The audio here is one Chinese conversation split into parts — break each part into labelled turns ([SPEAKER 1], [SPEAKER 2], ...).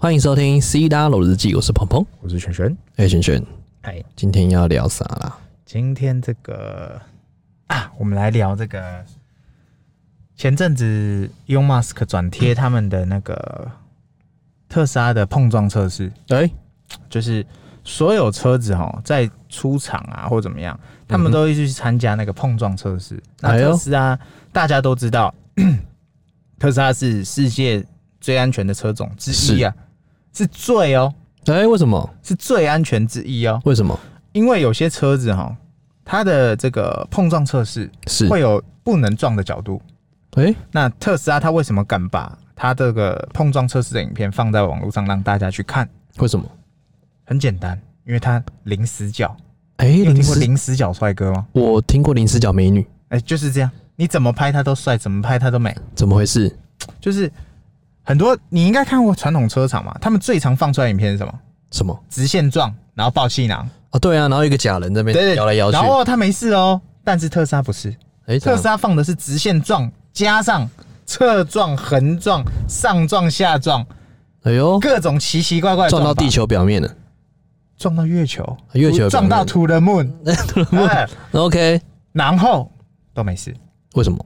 [SPEAKER 1] 欢迎收听《C 大楼日记》，我是鹏鹏。
[SPEAKER 2] 我是璇璇。
[SPEAKER 1] 哎，璇璇，
[SPEAKER 2] 哎，
[SPEAKER 1] 今天要聊啥啦？
[SPEAKER 2] 今天这个啊，我们来聊这个。前阵子 Elon Musk 转贴他们的那个特斯拉的碰撞测试，
[SPEAKER 1] 哎、
[SPEAKER 2] 就是所有车子哈在出厂啊或怎么样，他们都会去参加那个碰撞测试。那
[SPEAKER 1] 哎呦
[SPEAKER 2] 特斯拉大家都知道， 特斯拉是世界最安全的车种之一啊，是最哦，
[SPEAKER 1] 哎、为什么？
[SPEAKER 2] 是最安全之一哦。
[SPEAKER 1] 为什么？
[SPEAKER 2] 因为有些车子哈，它的这个碰撞测试
[SPEAKER 1] 是
[SPEAKER 2] 会有不能撞的角度。
[SPEAKER 1] 哎、
[SPEAKER 2] 那特斯拉它为什么敢把它这个碰撞测试的影片放在网络上让大家去看？
[SPEAKER 1] 为什么？
[SPEAKER 2] 很简单，因为它零死角。
[SPEAKER 1] 哎、
[SPEAKER 2] 你有
[SPEAKER 1] 零
[SPEAKER 2] 听过
[SPEAKER 1] 死，
[SPEAKER 2] 零死角帅哥吗？
[SPEAKER 1] 我听过零死角美女，
[SPEAKER 2] 哎、就是这样，你怎么拍它都帅，怎么拍它都美。
[SPEAKER 1] 怎么回事？
[SPEAKER 2] 就是很多你应该看过传统车厂嘛，他们最常放出来的影片是什么？
[SPEAKER 1] 什么？
[SPEAKER 2] 直线撞，然后爆气囊，
[SPEAKER 1] 哦，对啊，然后一个假人在那
[SPEAKER 2] 对对，
[SPEAKER 1] 边摇来摇去
[SPEAKER 2] 然，后他没事哦，但是特斯拉不是，
[SPEAKER 1] 哎，
[SPEAKER 2] 特斯
[SPEAKER 1] 拉
[SPEAKER 2] 拉放的是直线撞，加上侧撞、横撞、上撞、下撞，
[SPEAKER 1] 哎呦，
[SPEAKER 2] 各种奇奇怪怪的
[SPEAKER 1] 撞到
[SPEAKER 2] 法
[SPEAKER 1] 地，球表面了。
[SPEAKER 2] 撞到月球，
[SPEAKER 1] 月球
[SPEAKER 2] 撞到 to the moon，哎
[SPEAKER 1] OK，
[SPEAKER 2] 然后都没事。
[SPEAKER 1] 为什么？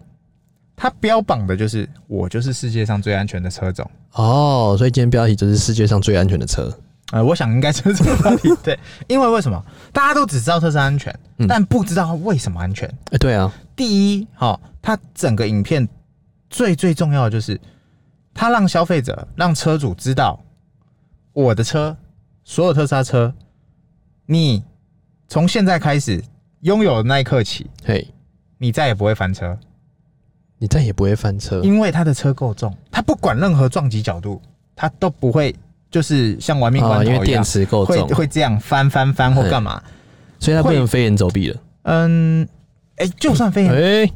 [SPEAKER 2] 它标榜的就是我就是世界上最安全的车种，
[SPEAKER 1] 哦，所以今天标题就是世界上最安全的车。
[SPEAKER 2] 呃，我想应该就是这个道理。 对，因为为什么大家都只知道特斯拉安全，
[SPEAKER 1] 嗯
[SPEAKER 2] 但不知道为什么安全。
[SPEAKER 1] 哎、对啊，
[SPEAKER 2] 第一，哈、它整个影片最最重要的就是，它让消费者、让车主知道，我的车，所有特斯拉车，你从现在开始拥有的那一刻起，
[SPEAKER 1] 嘿，
[SPEAKER 2] 你再也不会翻车，
[SPEAKER 1] 你再也不会翻车。
[SPEAKER 2] 因为它的车够重，它不管任何撞击角度，它都不会就是像玩命
[SPEAKER 1] 啊，
[SPEAKER 2] 关
[SPEAKER 1] 因
[SPEAKER 2] 头
[SPEAKER 1] 为
[SPEAKER 2] 一
[SPEAKER 1] 电
[SPEAKER 2] 样，
[SPEAKER 1] 池够
[SPEAKER 2] 会
[SPEAKER 1] 重，
[SPEAKER 2] 会这样翻翻翻或干嘛。
[SPEAKER 1] 所以它不
[SPEAKER 2] 会
[SPEAKER 1] 能飞檐走壁了。
[SPEAKER 2] 嗯，哎、就算飞
[SPEAKER 1] 哎、
[SPEAKER 2] 檐，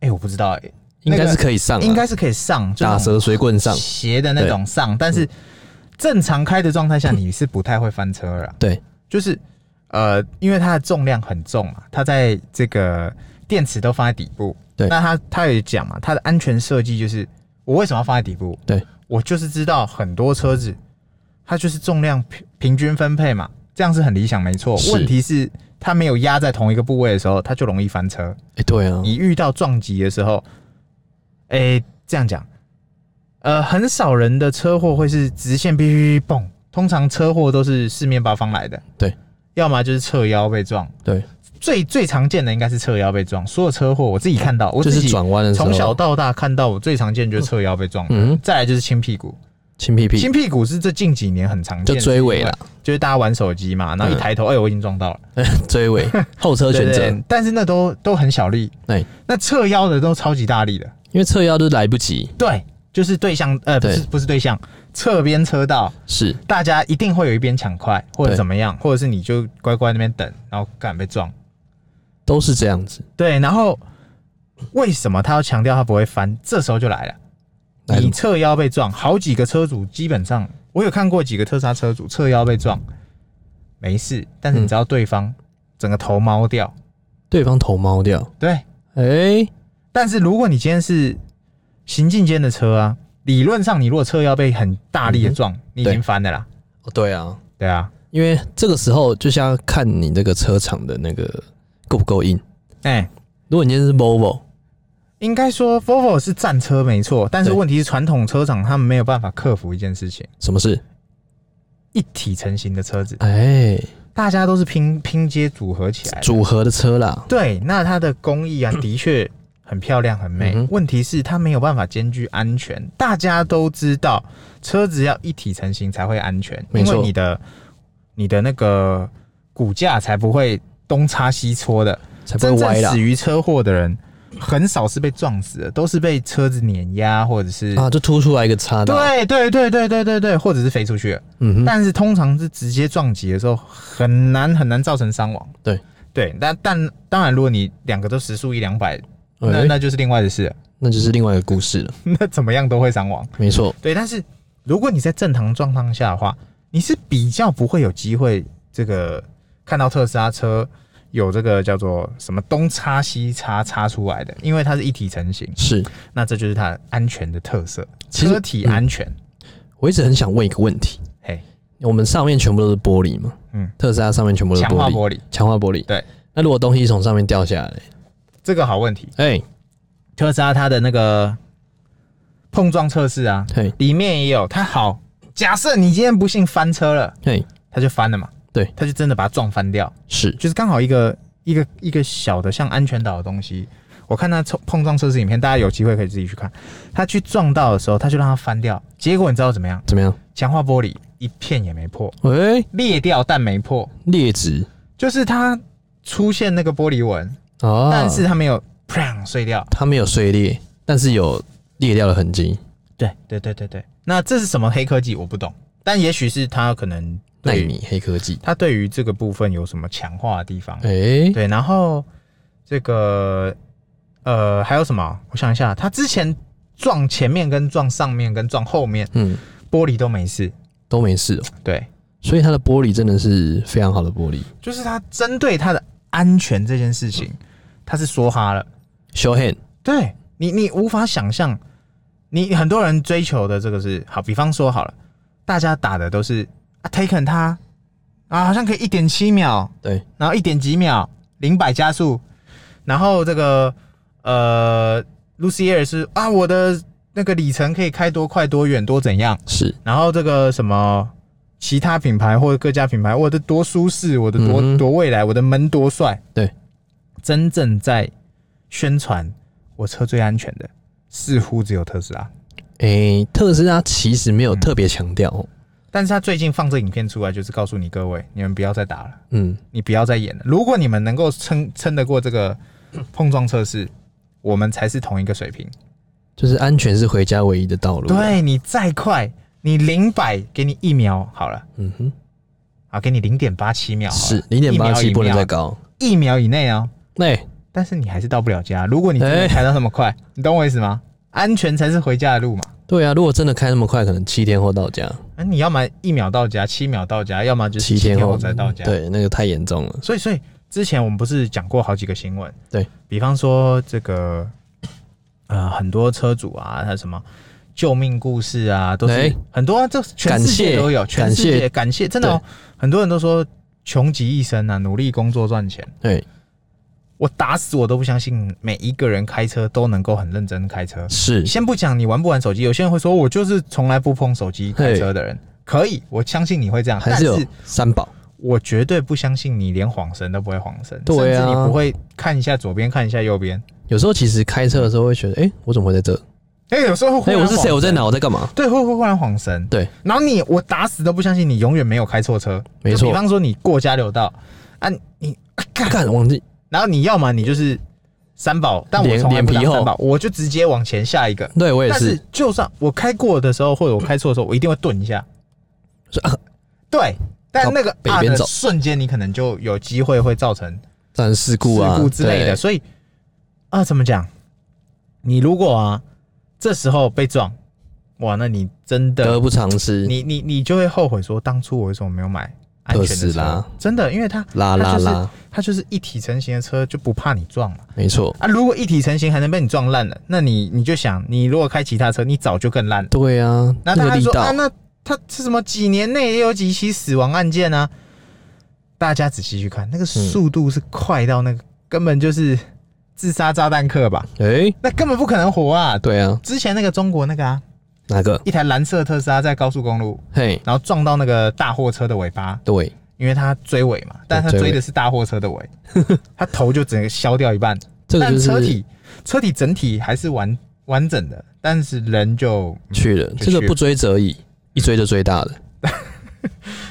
[SPEAKER 2] 哎、我不知道、哎，
[SPEAKER 1] 应该
[SPEAKER 2] 那
[SPEAKER 1] 是
[SPEAKER 2] 个
[SPEAKER 1] 可以上啊，
[SPEAKER 2] 应该是可以上，就
[SPEAKER 1] 打
[SPEAKER 2] 是。
[SPEAKER 1] 蛇随棍上。
[SPEAKER 2] 斜的那种上，但是正常开的状态下你是不太会翻车了啦。
[SPEAKER 1] 对，
[SPEAKER 2] 就是呃，因为它的重量很重嘛，它在这个电池都放在底部。
[SPEAKER 1] 对
[SPEAKER 2] 那它它也讲嘛，它的安全设计就是我为什么要放在底部？
[SPEAKER 1] 对，
[SPEAKER 2] 我就是知道很多车子它就是重量平平均分配嘛，这样是很理想没错。
[SPEAKER 1] 是
[SPEAKER 2] 问题是它没有压在同一个部位的时候，它就容易翻车。
[SPEAKER 1] 哎、对啊，
[SPEAKER 2] 你遇到撞击的时候，哎、这样讲，呃，很少人的车祸会是直线哔哔哔蹦，通常车祸都是四面八方来的，
[SPEAKER 1] 对，
[SPEAKER 2] 要么就是侧腰被撞，
[SPEAKER 1] 对，
[SPEAKER 2] 最最常见的应该是侧腰被撞。所有车祸我自己看到，我
[SPEAKER 1] 就
[SPEAKER 2] 自
[SPEAKER 1] 是
[SPEAKER 2] 己
[SPEAKER 1] 转弯的时候，
[SPEAKER 2] 从小到大看到我最常见就是侧腰被撞，
[SPEAKER 1] 嗯
[SPEAKER 2] 再来就是青屁股，
[SPEAKER 1] 亲屁屁
[SPEAKER 2] 青屁股是这近几年很常见
[SPEAKER 1] 就
[SPEAKER 2] 的，
[SPEAKER 1] 追尾了，，
[SPEAKER 2] 就是大家玩手机嘛，然后一抬头，哎、我已经撞到了。
[SPEAKER 1] 追 尾后车
[SPEAKER 2] 对
[SPEAKER 1] 选
[SPEAKER 2] 对
[SPEAKER 1] 择，
[SPEAKER 2] 对，但是那都都很小力，
[SPEAKER 1] 哎
[SPEAKER 2] 那侧腰的都超级大力的，
[SPEAKER 1] 因为侧腰都来不及，
[SPEAKER 2] 对，就是对向，呃，不
[SPEAKER 1] 对
[SPEAKER 2] 是不是对向，侧边车道，
[SPEAKER 1] 是
[SPEAKER 2] 大家一定会有一边抢快或者
[SPEAKER 1] 对
[SPEAKER 2] 怎么样，或者是你就乖乖那边等，然后敢被撞。
[SPEAKER 1] 都是这样子，
[SPEAKER 2] 对，然后为什么他要强调他不会翻？这时候就来了，
[SPEAKER 1] 来了
[SPEAKER 2] 你侧腰被撞，好几个车主基本上，我有看过几个特斯拉车主侧腰被撞，没事，但是你知道对方整个头猫掉，
[SPEAKER 1] 对方头猫掉，
[SPEAKER 2] 对，
[SPEAKER 1] 哎、
[SPEAKER 2] 但是如果你今天是行进间的车啊，理论上你如果侧腰被很大力的撞，你已经翻了啦，
[SPEAKER 1] 哦对啊，
[SPEAKER 2] 对啊。
[SPEAKER 1] 因为这个时候就是要看你这个车厂的那个够不够硬，
[SPEAKER 2] 哎、
[SPEAKER 1] 如果你今天是 Volvo，
[SPEAKER 2] 应该说 Volvo 是战车没错，但是
[SPEAKER 1] 对
[SPEAKER 2] 问题是传统车厂他们没有办法克服一件事情：
[SPEAKER 1] 什么事？
[SPEAKER 2] 一体成型的车子，
[SPEAKER 1] 哎、
[SPEAKER 2] 大家都是拼拼接组合起来的。
[SPEAKER 1] 组合的车啦，
[SPEAKER 2] 对，那它的工艺啊，的确很漂亮很美。
[SPEAKER 1] 嗯哼
[SPEAKER 2] 问题是它没有办法兼具安全。大家都知道，车子要一体成型才会安全，
[SPEAKER 1] 没
[SPEAKER 2] 因
[SPEAKER 1] 错
[SPEAKER 2] 为你的你的那个骨架才不会东擦西搓的。
[SPEAKER 1] 才哎不
[SPEAKER 2] 真
[SPEAKER 1] 会
[SPEAKER 2] 正
[SPEAKER 1] 歪啦
[SPEAKER 2] 死。于车祸的人，很少是被撞死的，都是被车子碾压或者是。
[SPEAKER 1] 啊，就突出来一个叉道，
[SPEAKER 2] 对对对对对对对，或者是飞出去了，
[SPEAKER 1] 嗯哼，
[SPEAKER 2] 但是通常是直接撞击的时候，很难很难造成伤亡。
[SPEAKER 1] 对
[SPEAKER 2] 对，但但当然，如果你两个都时速一两百，那
[SPEAKER 1] 哎
[SPEAKER 2] 那就是另外的事了，
[SPEAKER 1] 那就是另外一个故事了，
[SPEAKER 2] 那怎么样都会伤亡。
[SPEAKER 1] 没错，
[SPEAKER 2] 对，但是如果你在正常状况下的话，你是比较不会有机会这个看到特斯拉车有这个叫做什么东插西插插出来的，因为它是一体成型，
[SPEAKER 1] 是。
[SPEAKER 2] 那这就是它安全的特色，
[SPEAKER 1] 其实
[SPEAKER 2] 车体安全。
[SPEAKER 1] 我一直很想问一个问题：
[SPEAKER 2] 嘿，
[SPEAKER 1] 我们上面全部都是玻璃吗？
[SPEAKER 2] 嗯，
[SPEAKER 1] 特斯拉上面全部都是
[SPEAKER 2] 强
[SPEAKER 1] 玻
[SPEAKER 2] 化
[SPEAKER 1] 璃，
[SPEAKER 2] 玻璃，
[SPEAKER 1] 强化玻璃。
[SPEAKER 2] 对，
[SPEAKER 1] 那如果东西从上面掉下来，
[SPEAKER 2] 这个好问题。
[SPEAKER 1] 哎、
[SPEAKER 2] 特斯拉它的那个碰撞测试啊，
[SPEAKER 1] 嘿，
[SPEAKER 2] 里面也有它好。假设你今天不幸翻车了，
[SPEAKER 1] 嘿，
[SPEAKER 2] 它就翻了嘛，
[SPEAKER 1] 对，
[SPEAKER 2] 它就真的把它撞翻掉，
[SPEAKER 1] 是，
[SPEAKER 2] 就是刚好一个一个一个小的像安全岛的东西。我看它碰碰撞测试影片，大家有机会可以自己去看。它去撞到的时候，它就让它翻掉，结果你知道怎么样？
[SPEAKER 1] 怎么样？
[SPEAKER 2] 强化玻璃一片也没破，
[SPEAKER 1] 喂、
[SPEAKER 2] 裂掉但没破，
[SPEAKER 1] 劣质
[SPEAKER 2] 就是它出现那个玻璃纹，
[SPEAKER 1] 啊，
[SPEAKER 2] 但是它没有砰碎掉。
[SPEAKER 1] 它没有碎裂，但是有裂掉的痕迹，
[SPEAKER 2] 对对对对对，那这是什么黑科技？我不懂，但也许是它可能
[SPEAKER 1] 纳
[SPEAKER 2] 对
[SPEAKER 1] 米黑科技。
[SPEAKER 2] 它对于这个部分有什么强化的地方。
[SPEAKER 1] 哎、
[SPEAKER 2] 对，然后这个呃还有什么？我想一下，它之前撞前面、跟撞上面、跟撞后面
[SPEAKER 1] 嗯，
[SPEAKER 2] 玻璃都没事。
[SPEAKER 1] 都没事哦、
[SPEAKER 2] 对，
[SPEAKER 1] 所以它的玻璃真的是非常好的玻璃。
[SPEAKER 2] 就是它针对它的安全这件事情，它是说哈了。
[SPEAKER 1] Show hand，
[SPEAKER 2] 对你，你无法想象，你很多人追求的这个是好，比方说好了，大家打的都是啊，Taken 它啊，好像可以一点七秒，
[SPEAKER 1] 对，
[SPEAKER 2] 然后一点几秒零百加速，然后这个呃，Lucier 是啊，我的那个里程可以开多快多远多怎样，
[SPEAKER 1] 是
[SPEAKER 2] 然后这个什么。其他品牌或者各家品牌，我的多舒适，我的多、
[SPEAKER 1] 嗯哼
[SPEAKER 2] 多未来，我的门多帅，
[SPEAKER 1] 对，
[SPEAKER 2] 真正在宣传我车最安全的，似乎只有特斯拉。
[SPEAKER 1] 哎、特斯拉其实没有
[SPEAKER 2] 嗯
[SPEAKER 1] 特别强调哦，
[SPEAKER 2] 但是他最近放这影片出来，就是告诉你各位，你们不要再打了，
[SPEAKER 1] 嗯，
[SPEAKER 2] 你不要再演了。如果你们能够撑撑得过这 个碰撞测试，我们才是同一个水平。
[SPEAKER 1] 就是安全是回家唯一的道路。，
[SPEAKER 2] 对你再快，你零百给你一秒好了，
[SPEAKER 1] 嗯哼，
[SPEAKER 2] 啊，给你零点八七秒好了，
[SPEAKER 1] 是零点八七
[SPEAKER 2] 一秒以
[SPEAKER 1] 不能再
[SPEAKER 2] 秒
[SPEAKER 1] 高。哎
[SPEAKER 2] 一秒以内哦。
[SPEAKER 1] 那、
[SPEAKER 2] 但是你还是到不了家。如果你真
[SPEAKER 1] 哎
[SPEAKER 2] 的开到那么快，你懂我意思吗？安全才是回家的路嘛。
[SPEAKER 1] 对啊，如果真的开那么快，可能七天后到家，
[SPEAKER 2] 啊，你要么一秒到家，七秒到家，要么就是
[SPEAKER 1] 七
[SPEAKER 2] 七天
[SPEAKER 1] 后
[SPEAKER 2] 后才到家。
[SPEAKER 1] 对，那个太严重了。
[SPEAKER 2] 所以，所以之前我们不是讲过好几个新闻，
[SPEAKER 1] 对
[SPEAKER 2] 比方说这个，呃，很多车主啊，他什么救命故事啊，都是、
[SPEAKER 1] 哎
[SPEAKER 2] 很多、啊，这全
[SPEAKER 1] 感
[SPEAKER 2] 世
[SPEAKER 1] 谢
[SPEAKER 2] 界都有，全世
[SPEAKER 1] 感
[SPEAKER 2] 界
[SPEAKER 1] 谢
[SPEAKER 2] 感谢，真的、哦，很多人都说穷极一生啊，努力工作赚钱。
[SPEAKER 1] 对，
[SPEAKER 2] 我打死我都不相信每一个人开车都能够很认真开车。
[SPEAKER 1] 是
[SPEAKER 2] 你先不讲你玩不玩手机，有些人会说我就是从来不碰手机开
[SPEAKER 1] 嘿
[SPEAKER 2] 车的人，可以，我相信你会这样，
[SPEAKER 1] 还是有
[SPEAKER 2] 但是
[SPEAKER 1] 三宝。
[SPEAKER 2] 我绝对不相信你连晃神都不会晃神，
[SPEAKER 1] 对啊
[SPEAKER 2] 甚至你不会看一下左边，看一下右边。
[SPEAKER 1] 有时候其实开车的时候会觉得，哎、我怎么会在这？
[SPEAKER 2] 哎、有时候会忽
[SPEAKER 1] 哎、
[SPEAKER 2] 然
[SPEAKER 1] 我是谁？我
[SPEAKER 2] 晃神
[SPEAKER 1] 在？哪？我在干嘛？
[SPEAKER 2] 对，会会忽然晃神。
[SPEAKER 1] 对，
[SPEAKER 2] 然后你，我打死都不相信你永远没有开错车。
[SPEAKER 1] 没错
[SPEAKER 2] 就比方说你过交流道啊，你啊干，
[SPEAKER 1] 干，忘记
[SPEAKER 2] 然后你要么你就是三宝，但我
[SPEAKER 1] 脸
[SPEAKER 2] 从来不
[SPEAKER 1] 脸
[SPEAKER 2] 打
[SPEAKER 1] 皮厚
[SPEAKER 2] 三宝，我就直接往前下一个。
[SPEAKER 1] 对我也
[SPEAKER 2] 但
[SPEAKER 1] 是
[SPEAKER 2] 是，就算我开过的时候，或者我开错的时候，我一定会顿一下。
[SPEAKER 1] 说啊
[SPEAKER 2] 对，但那个
[SPEAKER 1] 北
[SPEAKER 2] 啊
[SPEAKER 1] 边
[SPEAKER 2] 的
[SPEAKER 1] 走
[SPEAKER 2] 瞬间，你可能就有机会会造成
[SPEAKER 1] 当然事故啊
[SPEAKER 2] 事故之类的。
[SPEAKER 1] 对
[SPEAKER 2] 所以啊，怎么讲？你如果啊，这时候被撞，哇，那你真
[SPEAKER 1] 得
[SPEAKER 2] 的，
[SPEAKER 1] 不偿失。
[SPEAKER 2] 你你你就会后悔说，当初我为什么没有买安全
[SPEAKER 1] 特
[SPEAKER 2] 的
[SPEAKER 1] 斯拉
[SPEAKER 2] 车？真的，因为它
[SPEAKER 1] 啦啦啦，
[SPEAKER 2] 它就是一体成型的车，就不怕你撞嘛。
[SPEAKER 1] 没错，
[SPEAKER 2] 啊，如果一体成型还能被你撞烂了，那你你就想，你如果开其他车，你早就更烂了。
[SPEAKER 1] 对啊，
[SPEAKER 2] 那
[SPEAKER 1] 那
[SPEAKER 2] 大
[SPEAKER 1] 个
[SPEAKER 2] 家
[SPEAKER 1] 力
[SPEAKER 2] 说啊，
[SPEAKER 1] 道，
[SPEAKER 2] 那他是什么几年内也有几起死亡案件啊？大家仔细去看，那个速度是快到那个、根本就是自杀炸弹客吧？
[SPEAKER 1] 哎，
[SPEAKER 2] 那根本不可能活啊！
[SPEAKER 1] 对啊，
[SPEAKER 2] 之前那个中国那个啊，
[SPEAKER 1] 哪个？
[SPEAKER 2] 一台蓝色特斯拉在高速公路，
[SPEAKER 1] 嘿，
[SPEAKER 2] 然后撞到那个大货车的尾巴，
[SPEAKER 1] 对，
[SPEAKER 2] 因为他追尾嘛，但他
[SPEAKER 1] 追尾
[SPEAKER 2] 追的是大货车的尾，他头就整个削掉一半，
[SPEAKER 1] 这个
[SPEAKER 2] 但
[SPEAKER 1] 就
[SPEAKER 2] 车
[SPEAKER 1] 是
[SPEAKER 2] 体车体整体还是完完整的，但是人就
[SPEAKER 1] 去了，
[SPEAKER 2] 就
[SPEAKER 1] 这个
[SPEAKER 2] 去
[SPEAKER 1] 不追则已，一追就追大的。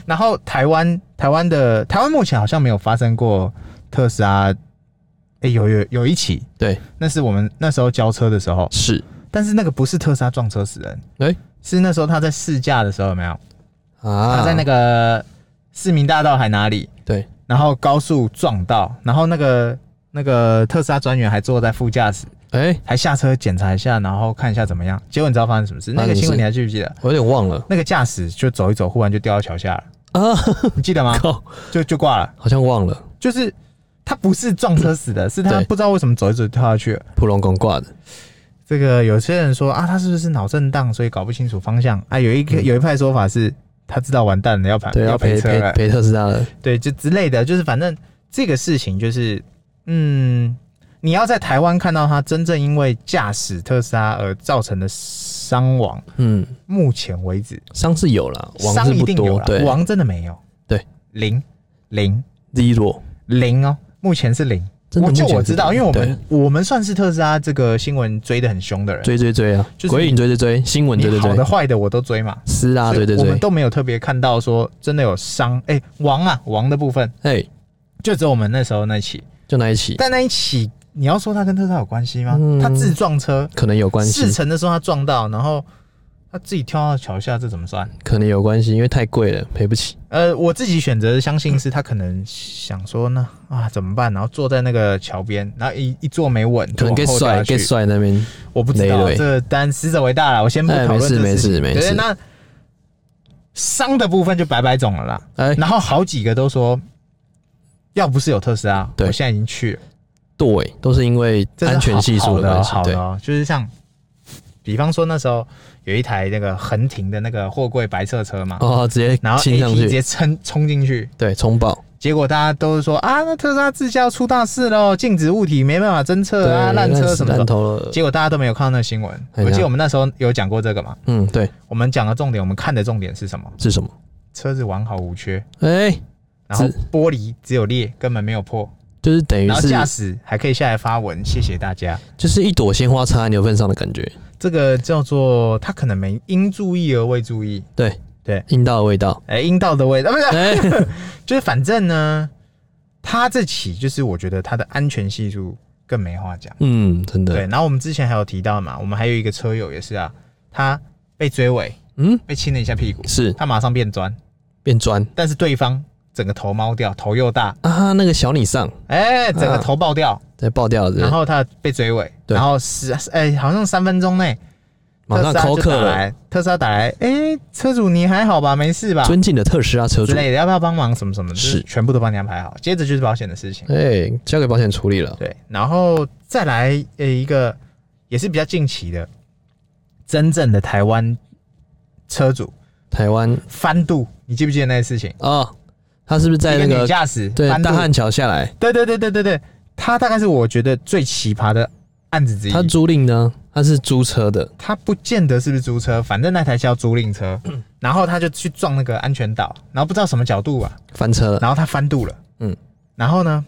[SPEAKER 2] 然后台湾台湾的台湾目前好像没有发生过特斯拉，哎、有有有一起，
[SPEAKER 1] 对，
[SPEAKER 2] 那是我们那时候交车的时候，
[SPEAKER 1] 是，
[SPEAKER 2] 但是那个不是特斯拉撞车死人，
[SPEAKER 1] 哎
[SPEAKER 2] 是那时候他在试驾的时候有没有？
[SPEAKER 1] 啊，
[SPEAKER 2] 他在那个市民大道还哪里，
[SPEAKER 1] 对，
[SPEAKER 2] 然后高速撞到，然后那个那个特斯拉专员还坐在副驾驶，
[SPEAKER 1] 哎，
[SPEAKER 2] 还下车检查一下，然后看一下怎么样。结果你知道发生什么事？那
[SPEAKER 1] 发生什么
[SPEAKER 2] 个新
[SPEAKER 1] 事
[SPEAKER 2] 闻你还记不记得？
[SPEAKER 1] 我有点忘了
[SPEAKER 2] 那个驾驶就走一走，忽然就掉到桥下了，
[SPEAKER 1] 啊，
[SPEAKER 2] 你记得吗？
[SPEAKER 1] 靠，
[SPEAKER 2] 就就挂了。
[SPEAKER 1] 好像忘了，
[SPEAKER 2] 就是他不是撞车死的，是他
[SPEAKER 1] 对
[SPEAKER 2] 不知道为什么走一走跳下去了。
[SPEAKER 1] 普龙公挂的，
[SPEAKER 2] 这个有些人说啊，他是不是脑震荡，所以搞不清楚方向？啊，有一个有一派说法是，他知道完蛋啊了，要盘
[SPEAKER 1] 嗯对，要
[SPEAKER 2] 赔
[SPEAKER 1] 赔
[SPEAKER 2] 车
[SPEAKER 1] 赔
[SPEAKER 2] 了，
[SPEAKER 1] 赔特斯拉了，
[SPEAKER 2] 对，就之类的，就是反正这个事情就是，嗯，你要在台湾看到他真正因为驾驶特斯拉而造成的伤亡，
[SPEAKER 1] 嗯，
[SPEAKER 2] 目前为止，
[SPEAKER 1] 伤是有啦，亡
[SPEAKER 2] 伤
[SPEAKER 1] 是
[SPEAKER 2] 一
[SPEAKER 1] 不
[SPEAKER 2] 定有
[SPEAKER 1] 多，
[SPEAKER 2] 了
[SPEAKER 1] 对，
[SPEAKER 2] 亡真的没有，
[SPEAKER 1] 对，
[SPEAKER 2] 零零
[SPEAKER 1] zero，
[SPEAKER 2] 零哦，目前是零。
[SPEAKER 1] 真的
[SPEAKER 2] 我
[SPEAKER 1] 目
[SPEAKER 2] 就
[SPEAKER 1] 前
[SPEAKER 2] 我知道，因为我
[SPEAKER 1] 对
[SPEAKER 2] 们我们算是特斯拉这个新闻追的很凶的人，
[SPEAKER 1] 追追追啊，
[SPEAKER 2] 就是
[SPEAKER 1] 鬼影追追追，新闻
[SPEAKER 2] 你
[SPEAKER 1] 追追
[SPEAKER 2] 好的
[SPEAKER 1] 追，
[SPEAKER 2] 坏的我都追嘛。
[SPEAKER 1] 是啊，
[SPEAKER 2] 所
[SPEAKER 1] 追
[SPEAKER 2] 以
[SPEAKER 1] 追
[SPEAKER 2] 我们
[SPEAKER 1] 追，
[SPEAKER 2] 都没有特别看到说真的有伤，哎、王啊王的部分，
[SPEAKER 1] 哎，
[SPEAKER 2] 就只有我们那时候那起。
[SPEAKER 1] 就那一起，
[SPEAKER 2] 但那一起，你要说它跟特斯拉有关系吗？
[SPEAKER 1] 嗯
[SPEAKER 2] 他自撞车，
[SPEAKER 1] 可能有关
[SPEAKER 2] 事
[SPEAKER 1] 系，
[SPEAKER 2] 成的时候他撞到，然后他自己跳到桥下，这怎么算？
[SPEAKER 1] 可能有关系，因为太贵了，赔不起，
[SPEAKER 2] 呃，我自己选择相信是他可能想说呢啊怎么办，然后坐在那个桥边，然后一一坐没稳，
[SPEAKER 1] 可能
[SPEAKER 2] 就
[SPEAKER 1] 给
[SPEAKER 2] 往后掉
[SPEAKER 1] 帅
[SPEAKER 2] 下
[SPEAKER 1] 给
[SPEAKER 2] 去
[SPEAKER 1] 帅那边，
[SPEAKER 2] 我不知道
[SPEAKER 1] 累累
[SPEAKER 2] 这个单死者为大了，我先不
[SPEAKER 1] 哎
[SPEAKER 2] 讨
[SPEAKER 1] 没
[SPEAKER 2] 论
[SPEAKER 1] 事
[SPEAKER 2] 这
[SPEAKER 1] 没事
[SPEAKER 2] 事情
[SPEAKER 1] 没
[SPEAKER 2] 对
[SPEAKER 1] 事
[SPEAKER 2] 那伤的部分就白白肿了啦。
[SPEAKER 1] 哎，
[SPEAKER 2] 然后好几个都说，要不是有特斯拉，
[SPEAKER 1] 对
[SPEAKER 2] 我现在已经去了。
[SPEAKER 1] 对，都是因为
[SPEAKER 2] 这是
[SPEAKER 1] 安全系
[SPEAKER 2] 好
[SPEAKER 1] 数
[SPEAKER 2] 好的哦
[SPEAKER 1] 关系
[SPEAKER 2] 好，
[SPEAKER 1] 对
[SPEAKER 2] 的，哦，就是像，比方说那时候有一台那个横停的那个货柜白色车嘛，
[SPEAKER 1] 哦，直接
[SPEAKER 2] 然后
[SPEAKER 1] 亲
[SPEAKER 2] A
[SPEAKER 1] 上
[SPEAKER 2] T 直
[SPEAKER 1] 去，
[SPEAKER 2] 接冲冲进去，
[SPEAKER 1] 对，冲爆，
[SPEAKER 2] 结果大家都是说啊，那特斯拉自驾出大事喽，禁止物体没办法侦测
[SPEAKER 1] 对，
[SPEAKER 2] 啊，烂车
[SPEAKER 1] 死
[SPEAKER 2] 什么
[SPEAKER 1] 烂
[SPEAKER 2] 的。
[SPEAKER 1] 头了，
[SPEAKER 2] 结果大家都没有看到那个新闻。
[SPEAKER 1] 哎呀
[SPEAKER 2] 我记得我们那时候有讲过这个嘛，
[SPEAKER 1] 嗯，对，
[SPEAKER 2] 我们讲的重点，我们看的重点是什么？
[SPEAKER 1] 是什么？
[SPEAKER 2] 车子完好无缺，
[SPEAKER 1] 哎，
[SPEAKER 2] 然后
[SPEAKER 1] 是
[SPEAKER 2] 玻璃只有裂，根本没有破，
[SPEAKER 1] 就是等于
[SPEAKER 2] 然后
[SPEAKER 1] 是
[SPEAKER 2] 驾驶还可以下来发文，谢谢大家。
[SPEAKER 1] 就是一朵鲜花插在牛粪上的感觉，
[SPEAKER 2] 这个叫做他可能没因注意而未注意，
[SPEAKER 1] 对
[SPEAKER 2] 对，
[SPEAKER 1] 阴道的味道，
[SPEAKER 2] 哎、阴道的味道，啊不是，
[SPEAKER 1] 哎，
[SPEAKER 2] 就是反正呢，他这起就是我觉得他的安全系数更没话讲。
[SPEAKER 1] 嗯，真
[SPEAKER 2] 对，
[SPEAKER 1] 的，
[SPEAKER 2] 然后我们之前还有提到嘛，我们还有一个车友也是啊，他被追尾，
[SPEAKER 1] 嗯，
[SPEAKER 2] 被亲了一下屁股，
[SPEAKER 1] 是
[SPEAKER 2] 他马上变砖，
[SPEAKER 1] 变砖
[SPEAKER 2] 但是对方整个头猫掉，头又大，
[SPEAKER 1] 啊，那个小你上
[SPEAKER 2] 哎、整个
[SPEAKER 1] 啊
[SPEAKER 2] 头爆掉，
[SPEAKER 1] 再爆掉了，
[SPEAKER 2] 然后他被追尾，
[SPEAKER 1] 对
[SPEAKER 2] 然后十哎、好像三分钟内
[SPEAKER 1] 马上
[SPEAKER 2] 特斯拉
[SPEAKER 1] 扣
[SPEAKER 2] 就
[SPEAKER 1] 客
[SPEAKER 2] 打
[SPEAKER 1] 了，
[SPEAKER 2] 来，特斯拉打来，哎、车主你还好吧？没事吧？
[SPEAKER 1] 尊敬的特斯拉车
[SPEAKER 2] 之
[SPEAKER 1] 主，
[SPEAKER 2] 类的，要不要帮忙什么什么的？
[SPEAKER 1] 是
[SPEAKER 2] 就是全部都帮你安排好。接着就是保险的事情，
[SPEAKER 1] 哎，交给保险处理了，
[SPEAKER 2] 对，然后再来呃一个也是比较近期的，真正的台湾车主
[SPEAKER 1] 台湾
[SPEAKER 2] 翻肚，你记不记得那个事情？
[SPEAKER 1] 啊，他是不是在那
[SPEAKER 2] 一女
[SPEAKER 1] 个
[SPEAKER 2] 驾驶
[SPEAKER 1] 对
[SPEAKER 2] 翻肚
[SPEAKER 1] 大，汉桥下来？
[SPEAKER 2] 对对对对对对，他大概是我觉得最奇葩的案子之一。
[SPEAKER 1] 他租赁呢？他是租车的，
[SPEAKER 2] 他不见得是不是租车，反正那台叫租赁车，
[SPEAKER 1] 嗯
[SPEAKER 2] 然后他就去撞那个安全岛，然后不知道什么角度啊，
[SPEAKER 1] 翻车了。
[SPEAKER 2] 然后他翻肚了，
[SPEAKER 1] 嗯，
[SPEAKER 2] 然后呢，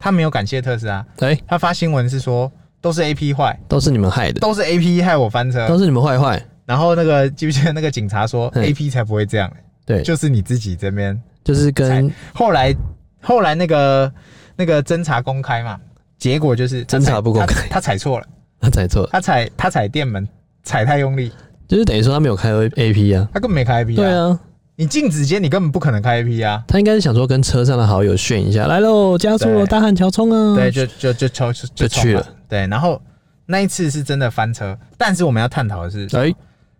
[SPEAKER 2] 他没有感谢特斯拉，
[SPEAKER 1] 哎、
[SPEAKER 2] 他发新闻是说都是 A P 坏，
[SPEAKER 1] 都是你们害的，
[SPEAKER 2] 都是 A P 害我翻车，
[SPEAKER 1] 都是你们坏坏。
[SPEAKER 2] 然后那个记不记得那个警察说
[SPEAKER 1] 嗯
[SPEAKER 2] A P 才不会这样，
[SPEAKER 1] 对，就
[SPEAKER 2] 就是你自己这边，
[SPEAKER 1] 是跟
[SPEAKER 2] 后来后来那个那个侦查公开嘛，结果就是他踩
[SPEAKER 1] 侦查不公开
[SPEAKER 2] 他他踩错了，
[SPEAKER 1] 他踩错了，
[SPEAKER 2] 他踩他踩电门踩太用力，
[SPEAKER 1] 就是等于说他没有开 A P 啊。
[SPEAKER 2] 他根本没开 A P
[SPEAKER 1] 对啊，
[SPEAKER 2] 你静止间你根本不可能开 A P 啊。
[SPEAKER 1] 他应该是想说跟车上的好友炫一下，来喽，加速
[SPEAKER 2] 对
[SPEAKER 1] 喽，大汉桥冲啊！
[SPEAKER 2] 对，就就就就就
[SPEAKER 1] 就去了
[SPEAKER 2] 冲。对，然后那一次是真的翻车，但是我们要探讨的是，
[SPEAKER 1] 哎、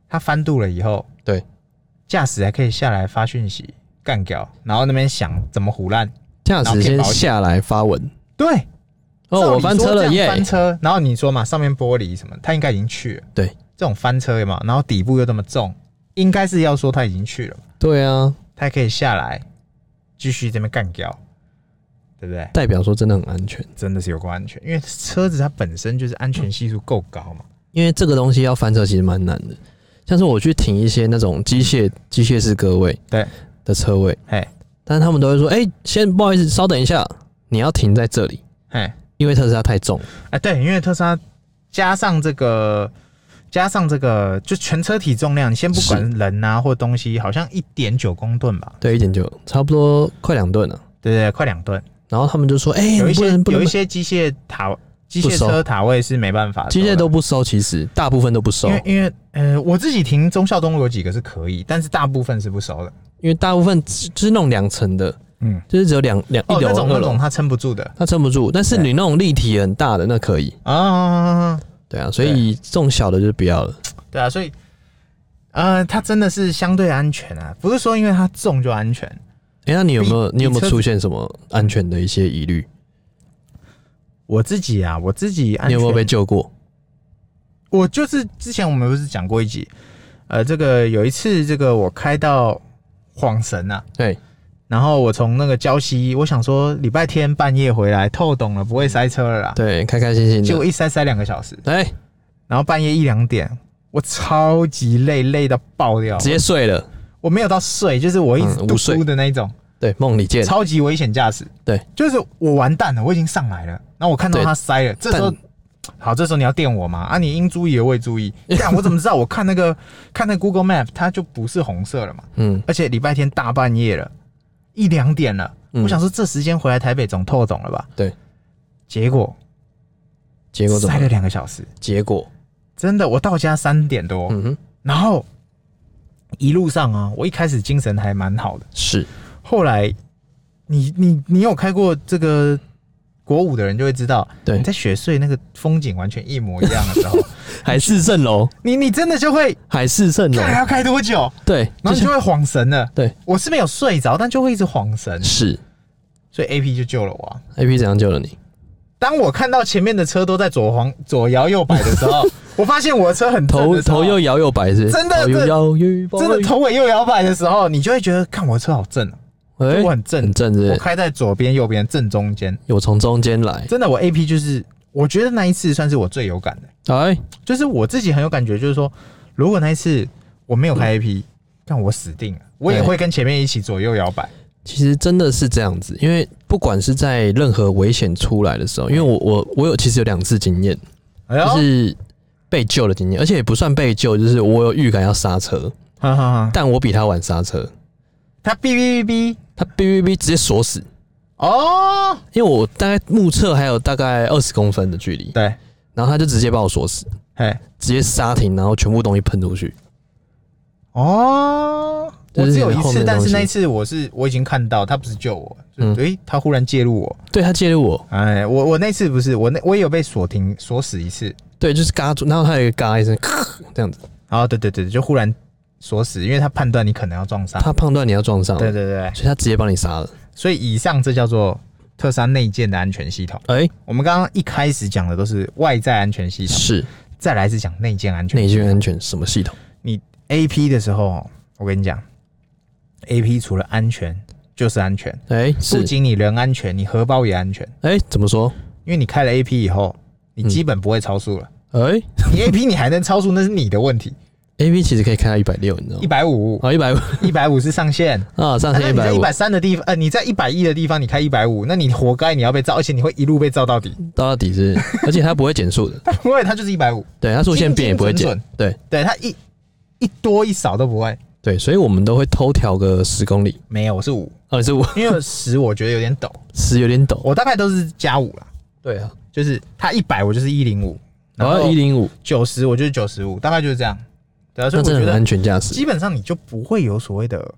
[SPEAKER 2] 他翻肚了以后，
[SPEAKER 1] 对，
[SPEAKER 2] 驾驶还可以下来发讯息干掉，然后那边想怎么胡烂。
[SPEAKER 1] 驾驶
[SPEAKER 2] 然后骗
[SPEAKER 1] 先
[SPEAKER 2] 保险
[SPEAKER 1] 下来发文，
[SPEAKER 2] 对，
[SPEAKER 1] 哦，我翻车
[SPEAKER 2] 照
[SPEAKER 1] 了
[SPEAKER 2] 理说这样
[SPEAKER 1] 耶
[SPEAKER 2] 翻车。然后你说嘛，上面玻璃什么，他应该已经去了。
[SPEAKER 1] 对，
[SPEAKER 2] 这种翻车嘛，然后底部又这么重，应该是要说他已经去了，
[SPEAKER 1] 对啊，
[SPEAKER 2] 他还可以下来继续这边干掉，对不对？
[SPEAKER 1] 代表说真的很安全，
[SPEAKER 2] 真的是有够安全，因为车子它本身就是安全系数够高嘛。
[SPEAKER 1] 因为这个东西要翻车其实蛮难的。像是我去停一些那种机械机械式车位，
[SPEAKER 2] 对
[SPEAKER 1] 的车位，
[SPEAKER 2] 嘿，
[SPEAKER 1] 但是他们都会说，哎、先不好意思，稍等一下，你要停在这里，
[SPEAKER 2] 嘿。
[SPEAKER 1] 因为特斯拉太重了。
[SPEAKER 2] 哎，对，因为特斯拉加上这个，加上这个，就全车体重量，你先不管人啊或东西，好像一点九公吨吧，
[SPEAKER 1] 对，一点九，差不多快两吨了。
[SPEAKER 2] 对对对，快两吨。
[SPEAKER 1] 然后他们就说：“哎、
[SPEAKER 2] 有一
[SPEAKER 1] 你不
[SPEAKER 2] 些
[SPEAKER 1] 能不
[SPEAKER 2] 有
[SPEAKER 1] 能
[SPEAKER 2] 一，些机械塔、机
[SPEAKER 1] 不
[SPEAKER 2] 械
[SPEAKER 1] 收
[SPEAKER 2] 车塔位是没办法收的，
[SPEAKER 1] 机械都不收，其实大部分都不收，
[SPEAKER 2] 因
[SPEAKER 1] 因
[SPEAKER 2] 为
[SPEAKER 1] 为
[SPEAKER 2] 因为呃，我自己停中校东路有几个是可以，但是大部分是不收的。
[SPEAKER 1] 大部分只就是那种两层的，
[SPEAKER 2] 嗯，
[SPEAKER 1] 就是只有两两一楼、
[SPEAKER 2] 哦，那种
[SPEAKER 1] 二
[SPEAKER 2] 那
[SPEAKER 1] 楼
[SPEAKER 2] 种，它撑不住的
[SPEAKER 1] 它撑不住。但是
[SPEAKER 2] 对
[SPEAKER 1] 你那种立体很大的那可以，
[SPEAKER 2] 啊，
[SPEAKER 1] 对啊，所以这种小的就不要了。
[SPEAKER 2] 对啊，所以呃，它真的是相对安全啊，不是说因为它重就安全。
[SPEAKER 1] 哎、那你有没有
[SPEAKER 2] 比
[SPEAKER 1] 你有没
[SPEAKER 2] 比车
[SPEAKER 1] 有
[SPEAKER 2] 子
[SPEAKER 1] 出现什么安全的一些疑虑？
[SPEAKER 2] 我自己啊，我自己安
[SPEAKER 1] 你
[SPEAKER 2] 全
[SPEAKER 1] 有没有被救过？
[SPEAKER 2] 我就是之前我们不是讲过一集，呃，这个有一次这个我开到晃神啊，
[SPEAKER 1] 对，
[SPEAKER 2] 然后我从那个礁溪，我想说礼拜天半夜回来透懂了，不会塞车了啦。
[SPEAKER 1] 对，开开心心
[SPEAKER 2] 结
[SPEAKER 1] 的
[SPEAKER 2] 果。一塞塞两个小时，
[SPEAKER 1] 哎、
[SPEAKER 2] 然后半夜一两点，我超级累，累到爆掉
[SPEAKER 1] 直。接睡了。
[SPEAKER 2] 我没有到睡，就是我一直
[SPEAKER 1] 嗯
[SPEAKER 2] 嘟
[SPEAKER 1] 午睡
[SPEAKER 2] 嘟的那一种，
[SPEAKER 1] 对，梦里见。
[SPEAKER 2] 超级危险驾驶。
[SPEAKER 1] 对，
[SPEAKER 2] 就是我完蛋了，我已经上来了，然后我看到
[SPEAKER 1] 对
[SPEAKER 2] 他塞了，这时候
[SPEAKER 1] 但。
[SPEAKER 2] 好，这时候你要电我嘛？啊，你应注意也未 注意，但我怎么知道？我看那个看那个 Google Map，它就不是红色了嘛。
[SPEAKER 1] 嗯，
[SPEAKER 2] 而且礼拜天大半夜了，一两点了，
[SPEAKER 1] 嗯
[SPEAKER 2] 我想说这时间回来台北总透懂了吧？
[SPEAKER 1] 对，
[SPEAKER 2] 结果
[SPEAKER 1] 结果怎么
[SPEAKER 2] 塞了
[SPEAKER 1] 了？
[SPEAKER 2] 两个小时，
[SPEAKER 1] 结果，
[SPEAKER 2] 真的，我到家三点多，
[SPEAKER 1] 嗯哼，
[SPEAKER 2] 然后一路上啊，我一开始精神还蛮好的，
[SPEAKER 1] 是
[SPEAKER 2] 后来你你你有开过这个国五的人就会知道，
[SPEAKER 1] 对
[SPEAKER 2] 你在雪隧那个风景完全一模一样的 时候，
[SPEAKER 1] 海市蜃楼，
[SPEAKER 2] 你你真的就会
[SPEAKER 1] 海市蜃
[SPEAKER 2] 看还
[SPEAKER 1] 楼。
[SPEAKER 2] 要开多久，
[SPEAKER 1] 对，
[SPEAKER 2] 然后你
[SPEAKER 1] 就
[SPEAKER 2] 就会晃神了。
[SPEAKER 1] 对，
[SPEAKER 2] 我是没有睡着，但就会一直晃神
[SPEAKER 1] 像，是
[SPEAKER 2] 所以 A P 就救了我啊、
[SPEAKER 1] A P 怎样救了你？
[SPEAKER 2] 当我看到前面的车都在左黄左摇右摆的 时候，我发现我的车很正
[SPEAKER 1] 头
[SPEAKER 2] 的时候
[SPEAKER 1] 头又摇又摆是？
[SPEAKER 2] 真的
[SPEAKER 1] 头又
[SPEAKER 2] 真
[SPEAKER 1] 摇又摆，
[SPEAKER 2] 真的头尾又摇摆的时候，你就会觉得看我的车好正、啊，
[SPEAKER 1] 哎，
[SPEAKER 2] 我很正
[SPEAKER 1] 很正是不
[SPEAKER 2] 我
[SPEAKER 1] 是？
[SPEAKER 2] 开在左边右边正中间，
[SPEAKER 1] 有从中间来，
[SPEAKER 2] 真的我 A P 就是我觉得那一次算是我最有感的，
[SPEAKER 1] 哎，
[SPEAKER 2] 就是我自己很有感觉，就是说如果那一次我没有开 A P，看我死定了，我
[SPEAKER 1] 嗯
[SPEAKER 2] 也
[SPEAKER 1] 对
[SPEAKER 2] 会跟前面一起左右摇摆，
[SPEAKER 1] 其实真的是这样子，因为不管是在任何危险出来的时候，因为我我我有其实有两次经验，
[SPEAKER 2] 哎呦，
[SPEAKER 1] 就是被救的经验，而且也不算被救，就是我有预感要刹车，
[SPEAKER 2] 哈哈 哈，
[SPEAKER 1] 但我比他晚刹车，
[SPEAKER 2] 他哔哔哔哔，
[SPEAKER 1] 他哔哔哔直接锁死，
[SPEAKER 2] 哦，
[SPEAKER 1] 因为我大概目测还有大概二十公分的距离，
[SPEAKER 2] 对，
[SPEAKER 1] 然后他就直接把我锁死，
[SPEAKER 2] 嘿，
[SPEAKER 1] 直接刹停，然后全部东西喷出去。
[SPEAKER 2] 哦，
[SPEAKER 1] 就
[SPEAKER 2] 我
[SPEAKER 1] 是
[SPEAKER 2] 只有一
[SPEAKER 1] 后面
[SPEAKER 2] 次，
[SPEAKER 1] 的
[SPEAKER 2] 但是
[SPEAKER 1] 东西
[SPEAKER 2] 那一次我是我已经看到他不是救我，就
[SPEAKER 1] 嗯
[SPEAKER 2] 诶、他忽然介入我，
[SPEAKER 1] 对他介入我，
[SPEAKER 2] 哎，我我那次不是我那我也有被锁停锁死一次，
[SPEAKER 1] 对，就是嘎住，然后他有一个嘎一声， 咔这样子，
[SPEAKER 2] 啊，对对对，就忽然锁死，因为他判断你可能要撞上，
[SPEAKER 1] 他判断你要撞上了，
[SPEAKER 2] 对对对，
[SPEAKER 1] 所以他直接帮你刹了。
[SPEAKER 2] 所以以上这叫做特斯拉内建的安全系统。
[SPEAKER 1] 哎、
[SPEAKER 2] 我们刚刚一开始讲的都是外在安全系统，
[SPEAKER 1] 是
[SPEAKER 2] 再来是讲内建安全。
[SPEAKER 1] 内卷安全什么系统？
[SPEAKER 2] 你 A P 的时候，我跟你讲，A P 除了安全就是安全，
[SPEAKER 1] 哎、
[SPEAKER 2] 不
[SPEAKER 1] 是
[SPEAKER 2] 仅你人安全，你荷包也安全，
[SPEAKER 1] 哎、怎么说？
[SPEAKER 2] 因为你开了 A P 以后，
[SPEAKER 1] 嗯
[SPEAKER 2] 你基本不会超速了。
[SPEAKER 1] 哎、
[SPEAKER 2] 你 A P 你还能超速，那是你的问题。
[SPEAKER 1] A B 其实可以开到一百六，你知道
[SPEAKER 2] 一
[SPEAKER 1] 吗？
[SPEAKER 2] 百 五，
[SPEAKER 1] 啊，一百五
[SPEAKER 2] 一百五是上 限。
[SPEAKER 1] 啊，上
[SPEAKER 2] 啊
[SPEAKER 1] 限
[SPEAKER 2] 那
[SPEAKER 1] 一
[SPEAKER 2] 你在
[SPEAKER 1] 百
[SPEAKER 2] 一
[SPEAKER 1] 五，
[SPEAKER 2] 百三的地方，呃，你在一百一的地方，你开一百五，那你活该你要被照，而且你会一路被照 到底，
[SPEAKER 1] 到到底是，而且它不会减速的，
[SPEAKER 2] 因为它就是一百五，
[SPEAKER 1] 对，它速限变也不会
[SPEAKER 2] 精精
[SPEAKER 1] 减
[SPEAKER 2] 准，
[SPEAKER 1] 对
[SPEAKER 2] 对，它一一多一少都不会。
[SPEAKER 1] 对，所以我们都会偷调个十公里，
[SPEAKER 2] 没有，我是五，
[SPEAKER 1] 啊，是我
[SPEAKER 2] 因为十我觉得有点陡，
[SPEAKER 1] 十有点陡，
[SPEAKER 2] 我大概都是加五啦，
[SPEAKER 1] 对啊，
[SPEAKER 2] 就是它一百我就是一零五，
[SPEAKER 1] 然
[SPEAKER 2] 然
[SPEAKER 1] 后
[SPEAKER 2] 后
[SPEAKER 1] 一零五，
[SPEAKER 2] 九十我就是九十五，大概就是这样。对啊，所以
[SPEAKER 1] 那
[SPEAKER 2] 我
[SPEAKER 1] 真
[SPEAKER 2] 觉
[SPEAKER 1] 的很
[SPEAKER 2] 得
[SPEAKER 1] 安全驾驶，
[SPEAKER 2] 基本上你就不会有所谓的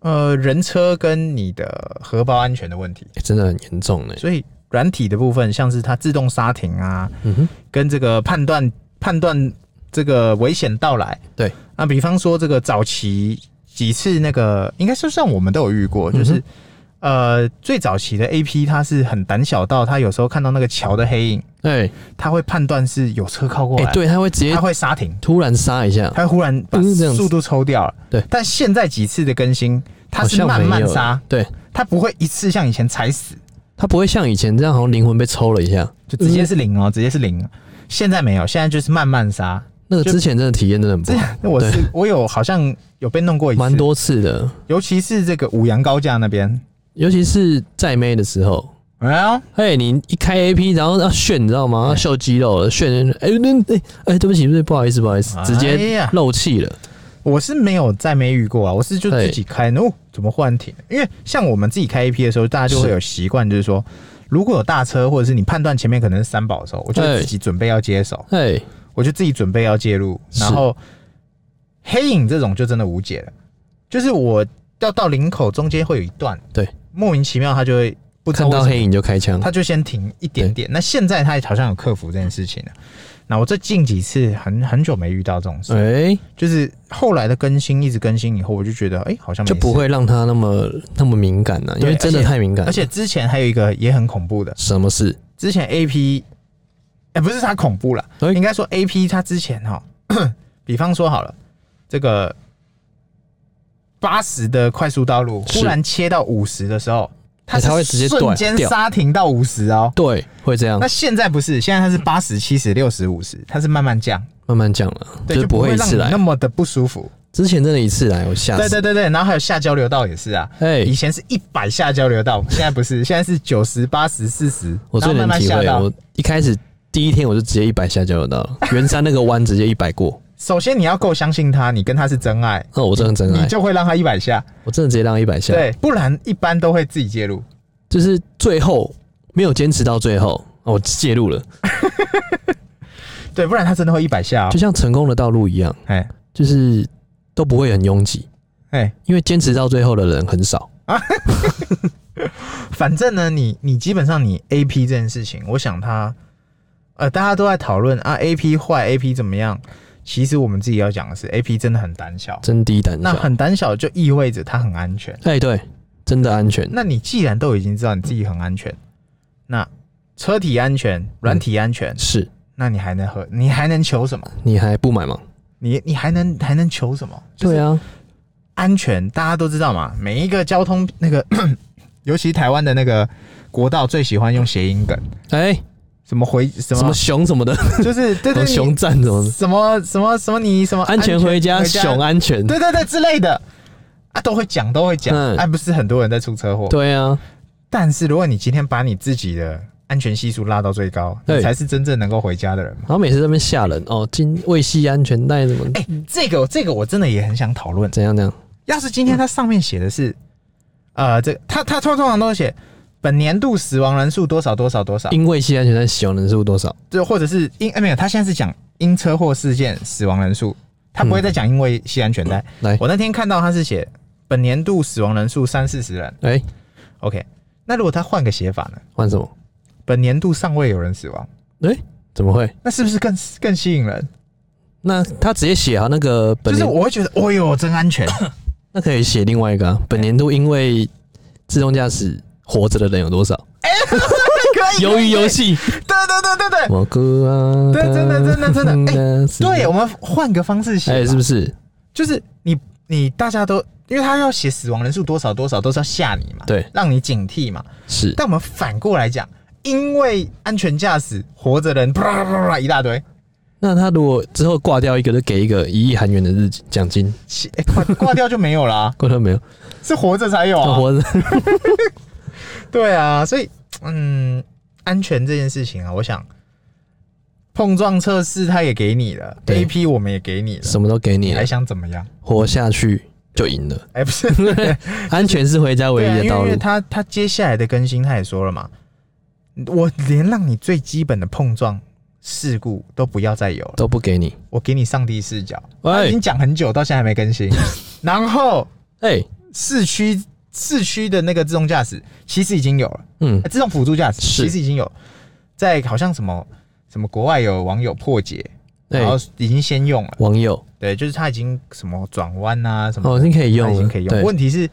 [SPEAKER 2] 呃人车跟你的荷包安全的问题，
[SPEAKER 1] 哎真的很严重呢。
[SPEAKER 2] 所以软体的部分像是它自动刹停啊，
[SPEAKER 1] 嗯哼，
[SPEAKER 2] 跟这个判断判断这个危险到来。
[SPEAKER 1] 对，
[SPEAKER 2] 那比方说这个早期几次那个，应该是算我们都有遇
[SPEAKER 1] 嗯
[SPEAKER 2] 过，就是、呃最早期的 A P 它是很胆小到它有时候看到那个桥的黑影，
[SPEAKER 1] 哎
[SPEAKER 2] 它会判断是有车靠过来，
[SPEAKER 1] 哎，对，它会直接
[SPEAKER 2] 它会刹停，
[SPEAKER 1] 突然刹一下，
[SPEAKER 2] 它会忽然把
[SPEAKER 1] 嗯这样子
[SPEAKER 2] 速度抽掉了。
[SPEAKER 1] 对
[SPEAKER 2] 但现在几次的更新，它
[SPEAKER 1] 好
[SPEAKER 2] 是
[SPEAKER 1] 像
[SPEAKER 2] 慢
[SPEAKER 1] 没
[SPEAKER 2] 慢
[SPEAKER 1] 有
[SPEAKER 2] 刹
[SPEAKER 1] 了，，对，
[SPEAKER 2] 它不会一次像以前踩死，
[SPEAKER 1] 它不会像以前这样，好像灵魂被抽了一下，
[SPEAKER 2] 就直接是零哦，直接是零。现在没有，现在就是慢慢刹。
[SPEAKER 1] 嗯那个之前真的体验真的很不
[SPEAKER 2] 这
[SPEAKER 1] 好，
[SPEAKER 2] 我是我有好像有被弄过一次，
[SPEAKER 1] 蛮多次的，
[SPEAKER 2] 尤其是这个五羊高架那边，
[SPEAKER 1] 尤其是在妹的时候，
[SPEAKER 2] 哎呀，
[SPEAKER 1] 哎，你一开 A P，然后要炫，你知道
[SPEAKER 2] 哎
[SPEAKER 1] 吗？要秀肌肉了，炫，哎，那哎哎，对不起，对不起，不好意思，不好意思，直
[SPEAKER 2] 哎
[SPEAKER 1] 接
[SPEAKER 2] 呀
[SPEAKER 1] 漏气了。
[SPEAKER 2] 我是没有再没遇过啊，我是就自己开，哦，怎么忽然停？因为像我们自己开 AP 的时候，大家就会有习惯，就是说，如果有大车或者是你判断前面可能是三宝的时候，我就
[SPEAKER 1] 哎
[SPEAKER 2] 自己准备要接手，
[SPEAKER 1] 哎，
[SPEAKER 2] 我就自己准备要介入，
[SPEAKER 1] 是
[SPEAKER 2] 然后黑影这种就真的无解了，就是我要到林口中间会有一段，
[SPEAKER 1] 对，
[SPEAKER 2] 莫名其妙他就会不知
[SPEAKER 1] 看
[SPEAKER 2] 道
[SPEAKER 1] 到
[SPEAKER 2] 为什么
[SPEAKER 1] 黑影就开枪，
[SPEAKER 2] 他就先停一点点。那现在他好像有克服这件事情了。那我这近几次很很久没遇到这种事，
[SPEAKER 1] 哎，
[SPEAKER 2] 就是后来的更新一直更新以后，我就觉得哎、好像没
[SPEAKER 1] 就不
[SPEAKER 2] 事。
[SPEAKER 1] 会让他那么那么敏感啊了，因为
[SPEAKER 2] 对
[SPEAKER 1] 真的
[SPEAKER 2] 而且
[SPEAKER 1] 太敏感了。
[SPEAKER 2] 而且之前还有一个也很恐怖的，
[SPEAKER 1] 什么事？
[SPEAKER 2] 之前 A P 哎、不是它恐怖了，
[SPEAKER 1] 哎
[SPEAKER 2] 应该说 A P 它之前哈， 比方说好了，这个八十的快速道路
[SPEAKER 1] 是
[SPEAKER 2] 忽然切到五十的时候，它
[SPEAKER 1] 哎
[SPEAKER 2] 是
[SPEAKER 1] 它会直接断
[SPEAKER 2] 瞬间
[SPEAKER 1] 掉
[SPEAKER 2] 刹停到五十哦。
[SPEAKER 1] 对，会这样
[SPEAKER 2] 那，现在不是，现在它是八十、七十、六十、五十，它是慢慢降，
[SPEAKER 1] 慢慢讲了，
[SPEAKER 2] 对，
[SPEAKER 1] 是
[SPEAKER 2] 就不
[SPEAKER 1] 会
[SPEAKER 2] 会
[SPEAKER 1] 一
[SPEAKER 2] 让
[SPEAKER 1] 次
[SPEAKER 2] 你
[SPEAKER 1] 来
[SPEAKER 2] 那。么的不舒服。
[SPEAKER 1] 之前真的一次来，我吓
[SPEAKER 2] 对
[SPEAKER 1] 死。
[SPEAKER 2] 对对对，然后还有下交流道也是啊，
[SPEAKER 1] 哎
[SPEAKER 2] 以，前是一百下交流道，现在不是，现在是九十、八十、四十，
[SPEAKER 1] 我最
[SPEAKER 2] 然后慢
[SPEAKER 1] 能
[SPEAKER 2] 慢
[SPEAKER 1] 体
[SPEAKER 2] 下
[SPEAKER 1] 会，
[SPEAKER 2] 到。
[SPEAKER 1] 我一开始第一天我就直接一百下交流道了，圆山那个弯直接一百过。
[SPEAKER 2] 首先你要够相信他，你跟他是真爱，
[SPEAKER 1] 那我真的真
[SPEAKER 2] 你
[SPEAKER 1] 爱，
[SPEAKER 2] 就会让他一百下，
[SPEAKER 1] 我真的直接让一百下。
[SPEAKER 2] 对，不然一般都会自己介入。
[SPEAKER 1] 就是最后没有坚持到最后，哦我介入了，
[SPEAKER 2] 对，不然他真的会一百下、哦
[SPEAKER 1] 就。像成功的道路一样，
[SPEAKER 2] 哎
[SPEAKER 1] 就是都不会很拥挤，
[SPEAKER 2] 哎，
[SPEAKER 1] 因为坚持到最后的人很少。
[SPEAKER 2] 反正呢，你你基本上你 A P 这件事情，我想他，呃，大家都在讨论啊，A P 坏，A P 怎么样？其实我们自己要讲的是，A P 真的很胆小。
[SPEAKER 1] 真低胆
[SPEAKER 2] 那
[SPEAKER 1] 小。
[SPEAKER 2] 很胆小就意味着它很安全。
[SPEAKER 1] 哎、对，真的安全。
[SPEAKER 2] 那你既然都已经知道你自己很安全，那车体安
[SPEAKER 1] 嗯
[SPEAKER 2] 全、软体安全，
[SPEAKER 1] 是
[SPEAKER 2] 那你还能和你还能求什么？
[SPEAKER 1] 你还不买吗？
[SPEAKER 2] 你你还能还能求什么？就是
[SPEAKER 1] 对啊，
[SPEAKER 2] 安全，大家都知道嘛，每一个交通那个， 尤其台湾的那个国道最喜欢用谐音梗，
[SPEAKER 1] 哎、
[SPEAKER 2] 什么回什
[SPEAKER 1] 什
[SPEAKER 2] 么
[SPEAKER 1] 么，熊什么的，
[SPEAKER 2] 就是对
[SPEAKER 1] 什
[SPEAKER 2] 对
[SPEAKER 1] 么熊站什么
[SPEAKER 2] 你
[SPEAKER 1] 的，
[SPEAKER 2] 什么什么什么你什么
[SPEAKER 1] 安全回家，熊啊安全。
[SPEAKER 2] 对对对之类的啊，都会讲都会讲，
[SPEAKER 1] 嗯
[SPEAKER 2] 哎、不是很多人在出车祸，
[SPEAKER 1] 对啊，
[SPEAKER 2] 但是如果你今天把你自己的安全系数拉到最高，你
[SPEAKER 1] 对嗯
[SPEAKER 2] 才是真正能够回家的人嘛。
[SPEAKER 1] 然后每次在那边吓人哦，今未系安全带什么的，
[SPEAKER 2] 哎、这个这个我真的也很想讨论。
[SPEAKER 1] 怎样怎样？
[SPEAKER 2] 要是今天它上面写的是，呃，这他他通通常都写本年度死亡人数多少多少多少，
[SPEAKER 1] 因为系安全带死亡人数多少？
[SPEAKER 2] 就或者是因哎、没有，他现在是讲因车祸事件死亡人数，他不会再
[SPEAKER 1] 嗯
[SPEAKER 2] 讲因为系安全带。
[SPEAKER 1] 来
[SPEAKER 2] 我那天看到他是写本年度死亡人数三四十人
[SPEAKER 1] 哎、
[SPEAKER 2] ，OK。那如果他换个写法呢？
[SPEAKER 1] 换什么？
[SPEAKER 2] 本年度尚未有人死亡，
[SPEAKER 1] 哎、怎么会？
[SPEAKER 2] 那是不是更更吸引人？
[SPEAKER 1] 那他直接写啊，那个本
[SPEAKER 2] 就是
[SPEAKER 1] 年
[SPEAKER 2] 我会觉得，哦哟，真 安全。
[SPEAKER 1] 那可以写另外一个啊，本年度因为自动驾驶活着的人有多少？
[SPEAKER 2] 可以，
[SPEAKER 1] 鱿鱼游
[SPEAKER 2] 可以，
[SPEAKER 1] 戏，
[SPEAKER 2] 对对对对对
[SPEAKER 1] 我哥啊，
[SPEAKER 2] 对真的真的真的
[SPEAKER 1] 的，
[SPEAKER 2] 对，我们换个方式写
[SPEAKER 1] 哎、
[SPEAKER 2] 嘛，
[SPEAKER 1] 是不是？
[SPEAKER 2] 就是你你大家都，因为他要写死亡人数多少多少，都是要吓你嘛，
[SPEAKER 1] 对
[SPEAKER 2] 让你警惕嘛。
[SPEAKER 1] 是，
[SPEAKER 2] 但我们反过来讲，因为安全驾驶，活着人啪啪啪啪一大堆，
[SPEAKER 1] 那他如果之后挂掉一个，就给一个一亿韩元的日奖金，
[SPEAKER 2] 其哎挂、挂掉就没有啦、
[SPEAKER 1] 够了没有？
[SPEAKER 2] 是活着才有
[SPEAKER 1] 那
[SPEAKER 2] 啊。
[SPEAKER 1] 活着，
[SPEAKER 2] 对啊，所以嗯，安全这件事情啊，我想。碰撞测试他也给你了
[SPEAKER 1] 对
[SPEAKER 2] ，A P 我们也给你了，
[SPEAKER 1] 什么都给你
[SPEAKER 2] 你
[SPEAKER 1] 了
[SPEAKER 2] 还，想怎么样？
[SPEAKER 1] 活下去就赢了。
[SPEAKER 2] 哎、不是，
[SPEAKER 1] 安全是回家唯
[SPEAKER 2] 对啊，
[SPEAKER 1] 一
[SPEAKER 2] 因
[SPEAKER 1] 的
[SPEAKER 2] 为
[SPEAKER 1] 道
[SPEAKER 2] 因
[SPEAKER 1] 路
[SPEAKER 2] 为。他他接下来的更新，他也说了嘛，我连让你最基本的碰撞事故都不要再有了，
[SPEAKER 1] 都不给你，
[SPEAKER 2] 我给你上帝视角。啊
[SPEAKER 1] 喂
[SPEAKER 2] 他已经讲很久，到现在还没 更新。然后
[SPEAKER 1] 哎、
[SPEAKER 2] 市区市区的那个自动驾驶其实已经有了，
[SPEAKER 1] 嗯
[SPEAKER 2] 呃，自动辅助驾驶
[SPEAKER 1] 是
[SPEAKER 2] 其实已经有，在好像什么什么国外有网友破解，
[SPEAKER 1] 哎、
[SPEAKER 2] 然后已经先用了，
[SPEAKER 1] 网友
[SPEAKER 2] 对，就是他已经什么转弯啊什么的，
[SPEAKER 1] 哦，已经可以
[SPEAKER 2] 它
[SPEAKER 1] 用
[SPEAKER 2] 已
[SPEAKER 1] 了，
[SPEAKER 2] 经可以用。
[SPEAKER 1] 对，
[SPEAKER 2] 问题是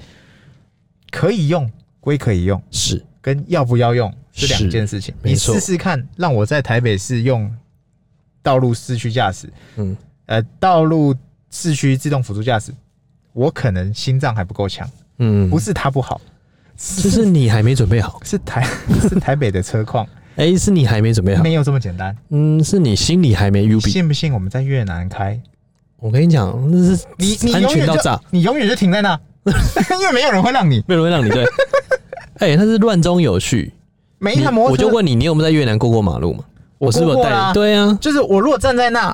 [SPEAKER 2] 可以用归可以用。
[SPEAKER 1] 是
[SPEAKER 2] 跟要不要用是两
[SPEAKER 1] 是
[SPEAKER 2] 件事情。
[SPEAKER 1] 没
[SPEAKER 2] 你
[SPEAKER 1] 错
[SPEAKER 2] 试试看，让我在台北市用道路市区驾驶，
[SPEAKER 1] 嗯，
[SPEAKER 2] 呃，道路市区自动辅助驾驶，我可能心脏还不够强，
[SPEAKER 1] 嗯，
[SPEAKER 2] 不是它不好，
[SPEAKER 1] 就是你还没准备好，
[SPEAKER 2] 是台 是台北的车况
[SPEAKER 1] 哎、是你还没准备好，
[SPEAKER 2] 没有这么简单。
[SPEAKER 1] 嗯，是你心里还没 U
[SPEAKER 2] 你
[SPEAKER 1] B。
[SPEAKER 2] 信不信我们在越南开，
[SPEAKER 1] 我跟你讲，那是
[SPEAKER 2] 你你
[SPEAKER 1] 安
[SPEAKER 2] 永
[SPEAKER 1] 全
[SPEAKER 2] 远
[SPEAKER 1] 到
[SPEAKER 2] 就
[SPEAKER 1] 炸，
[SPEAKER 2] 你永远就停在那， 因为没有人会让你
[SPEAKER 1] 没有人会让 你对。哎、那是乱中有序。
[SPEAKER 2] 每一
[SPEAKER 1] 你
[SPEAKER 2] 台哎摩
[SPEAKER 1] 我
[SPEAKER 2] 托车，
[SPEAKER 1] 就问你，你有没有在越南过过马路嘛？
[SPEAKER 2] 我
[SPEAKER 1] 是不是有
[SPEAKER 2] 过过
[SPEAKER 1] 带
[SPEAKER 2] 啦
[SPEAKER 1] 你？对啊，
[SPEAKER 2] 就是我如果站在那，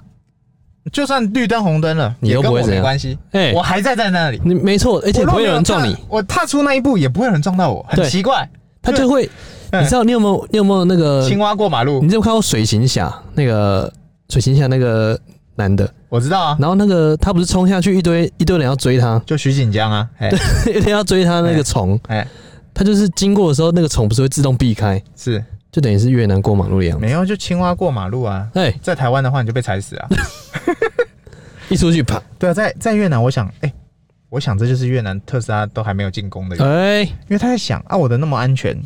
[SPEAKER 2] 就算绿灯红灯了，
[SPEAKER 1] 你
[SPEAKER 2] 也
[SPEAKER 1] 都
[SPEAKER 2] 跟
[SPEAKER 1] 不会
[SPEAKER 2] 我
[SPEAKER 1] 怎
[SPEAKER 2] 没
[SPEAKER 1] 样
[SPEAKER 2] 关系，
[SPEAKER 1] 哎、
[SPEAKER 2] 我还在在那里。
[SPEAKER 1] 你没错，而
[SPEAKER 2] 我
[SPEAKER 1] 且
[SPEAKER 2] 如
[SPEAKER 1] 不
[SPEAKER 2] 果
[SPEAKER 1] 会
[SPEAKER 2] 没
[SPEAKER 1] 有人撞
[SPEAKER 2] 踏
[SPEAKER 1] 你，
[SPEAKER 2] 我踏出那一步也不会有人撞到我，很
[SPEAKER 1] 对
[SPEAKER 2] 奇怪。
[SPEAKER 1] 他就会。
[SPEAKER 2] 嗯
[SPEAKER 1] 你知道你有没有你有没有那个？
[SPEAKER 2] 青蛙过马路
[SPEAKER 1] 你，有没有看过水行侠那个水行侠那个男的？
[SPEAKER 2] 我知道啊，
[SPEAKER 1] 然后那个他不是冲下去一堆一堆人要追他，
[SPEAKER 2] 就徐锦江啊，哎
[SPEAKER 1] 一堆人要追他那个虫，
[SPEAKER 2] 哎
[SPEAKER 1] 他就是经过的时候那个虫不是会自动避开，
[SPEAKER 2] 是
[SPEAKER 1] 就等于是越南过马路的样子。
[SPEAKER 2] 没有就青蛙过马路啊，
[SPEAKER 1] 哎、
[SPEAKER 2] 在台湾的话你就被 踩死啊。
[SPEAKER 1] 一出去啪，
[SPEAKER 2] 对啊，在在越南，我想哎、我想这就是越南特斯拉都还没有进攻的原因，
[SPEAKER 1] 哎、
[SPEAKER 2] 因为他在想啊，我的那么安全，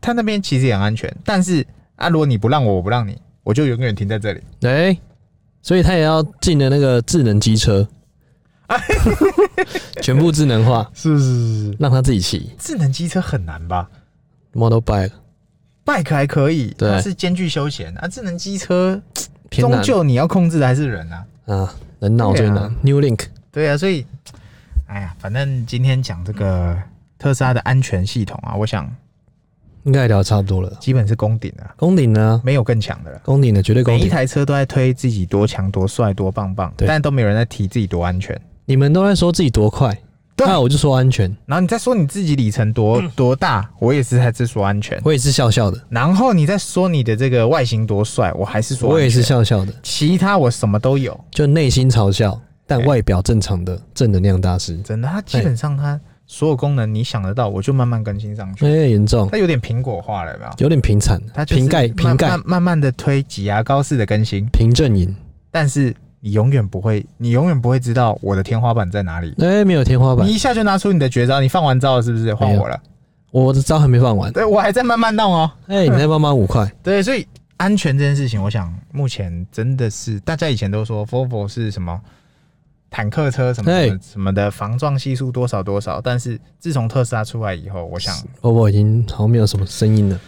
[SPEAKER 2] 他那边其实也很安全，但是啊，如果你不让我，我不让你，我就永远停在这里。
[SPEAKER 1] 哎、所以他也要进了那个智能机 车，全部智能化，
[SPEAKER 2] 是是是是，
[SPEAKER 1] 让他自己骑
[SPEAKER 2] 智能机车很难吧
[SPEAKER 1] model bike，
[SPEAKER 2] ？bike 还可以，
[SPEAKER 1] 对
[SPEAKER 2] 它是兼具休闲啊。智能机车
[SPEAKER 1] 偏
[SPEAKER 2] 终
[SPEAKER 1] 难
[SPEAKER 2] 究你要控制的还是人啊。
[SPEAKER 1] 啊，人脑最难、
[SPEAKER 2] 对啊
[SPEAKER 1] New Link
[SPEAKER 2] 对啊，所以，哎呀，反正今天讲这个特斯拉的安全系统啊，我想
[SPEAKER 1] 应该也聊得差不多了。
[SPEAKER 2] 基本是攻顶了，
[SPEAKER 1] 攻顶呢？
[SPEAKER 2] 没有更强的了。
[SPEAKER 1] 攻顶的绝对攻
[SPEAKER 2] 每一
[SPEAKER 1] 顶。
[SPEAKER 2] 台车都在推自己多强、多帅、多棒棒，
[SPEAKER 1] 对
[SPEAKER 2] 但都没有人在提自己多安全。
[SPEAKER 1] 你们都在说自己多快，
[SPEAKER 2] 对啊
[SPEAKER 1] 那我就说安全，
[SPEAKER 2] 然后你再说你自己里程多、多大，我也是还是说安全。
[SPEAKER 1] 我也是笑笑的，
[SPEAKER 2] 然后你再说你的这个外形多帅，我还是说
[SPEAKER 1] 我也
[SPEAKER 2] 安
[SPEAKER 1] 是
[SPEAKER 2] 全。
[SPEAKER 1] 笑笑的，
[SPEAKER 2] 其他我什么都有，
[SPEAKER 1] 就内心嘲笑，但
[SPEAKER 2] 哎
[SPEAKER 1] 外表正常的正能量大师。
[SPEAKER 2] 真的，它基本上它所有功能你想得到，我就慢慢更新上去。
[SPEAKER 1] 哎、严重，
[SPEAKER 2] 它有点苹果化了，有没有？
[SPEAKER 1] 有点平惨，
[SPEAKER 2] 它就是
[SPEAKER 1] 瓶盖
[SPEAKER 2] 慢
[SPEAKER 1] 瓶盖
[SPEAKER 2] 慢慢慢的推挤牙膏式的更新，
[SPEAKER 1] 平阵营。
[SPEAKER 2] 但是你永远不会，你永远不会知道我的天花板在哪里。
[SPEAKER 1] 哎、没有天花板
[SPEAKER 2] 你，一下就拿出你的绝招，你放完招了是不是？换我了，
[SPEAKER 1] 我的招还没放完。
[SPEAKER 2] 对我还在慢慢弄哦。
[SPEAKER 1] 哎、你再帮忙五块，
[SPEAKER 2] 对，所以安全这件事情，我想目前真的是大家以前都说 Volvo 是什么坦克车什么
[SPEAKER 1] 哎
[SPEAKER 2] 什么什么的防撞系数多少多少，但是自从特斯拉出来以后，我想
[SPEAKER 1] 波波已经好像没有什么声音了，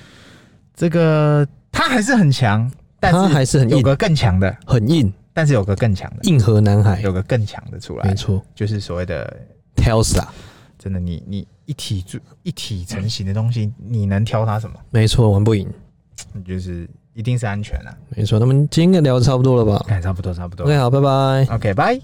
[SPEAKER 2] 这个它还是很强，但
[SPEAKER 1] 他
[SPEAKER 2] 是
[SPEAKER 1] 还是很
[SPEAKER 2] 有
[SPEAKER 1] 硬，
[SPEAKER 2] 个更强的，
[SPEAKER 1] 很硬，
[SPEAKER 2] 但是有个更强的，
[SPEAKER 1] 硬核男孩，
[SPEAKER 2] 有个更强的出来
[SPEAKER 1] 没，错
[SPEAKER 2] 就是所谓的
[SPEAKER 1] ，Tesla，
[SPEAKER 2] 真的你你一体铸一体成型的东西，你能挑它什么？
[SPEAKER 1] 没错，玩不赢，
[SPEAKER 2] 就是一定是安全啊。
[SPEAKER 1] 没错。那么今天聊的差不多了吧
[SPEAKER 2] 哎，差不多差不多
[SPEAKER 1] ？OK，好，拜拜。
[SPEAKER 2] ，OK，拜。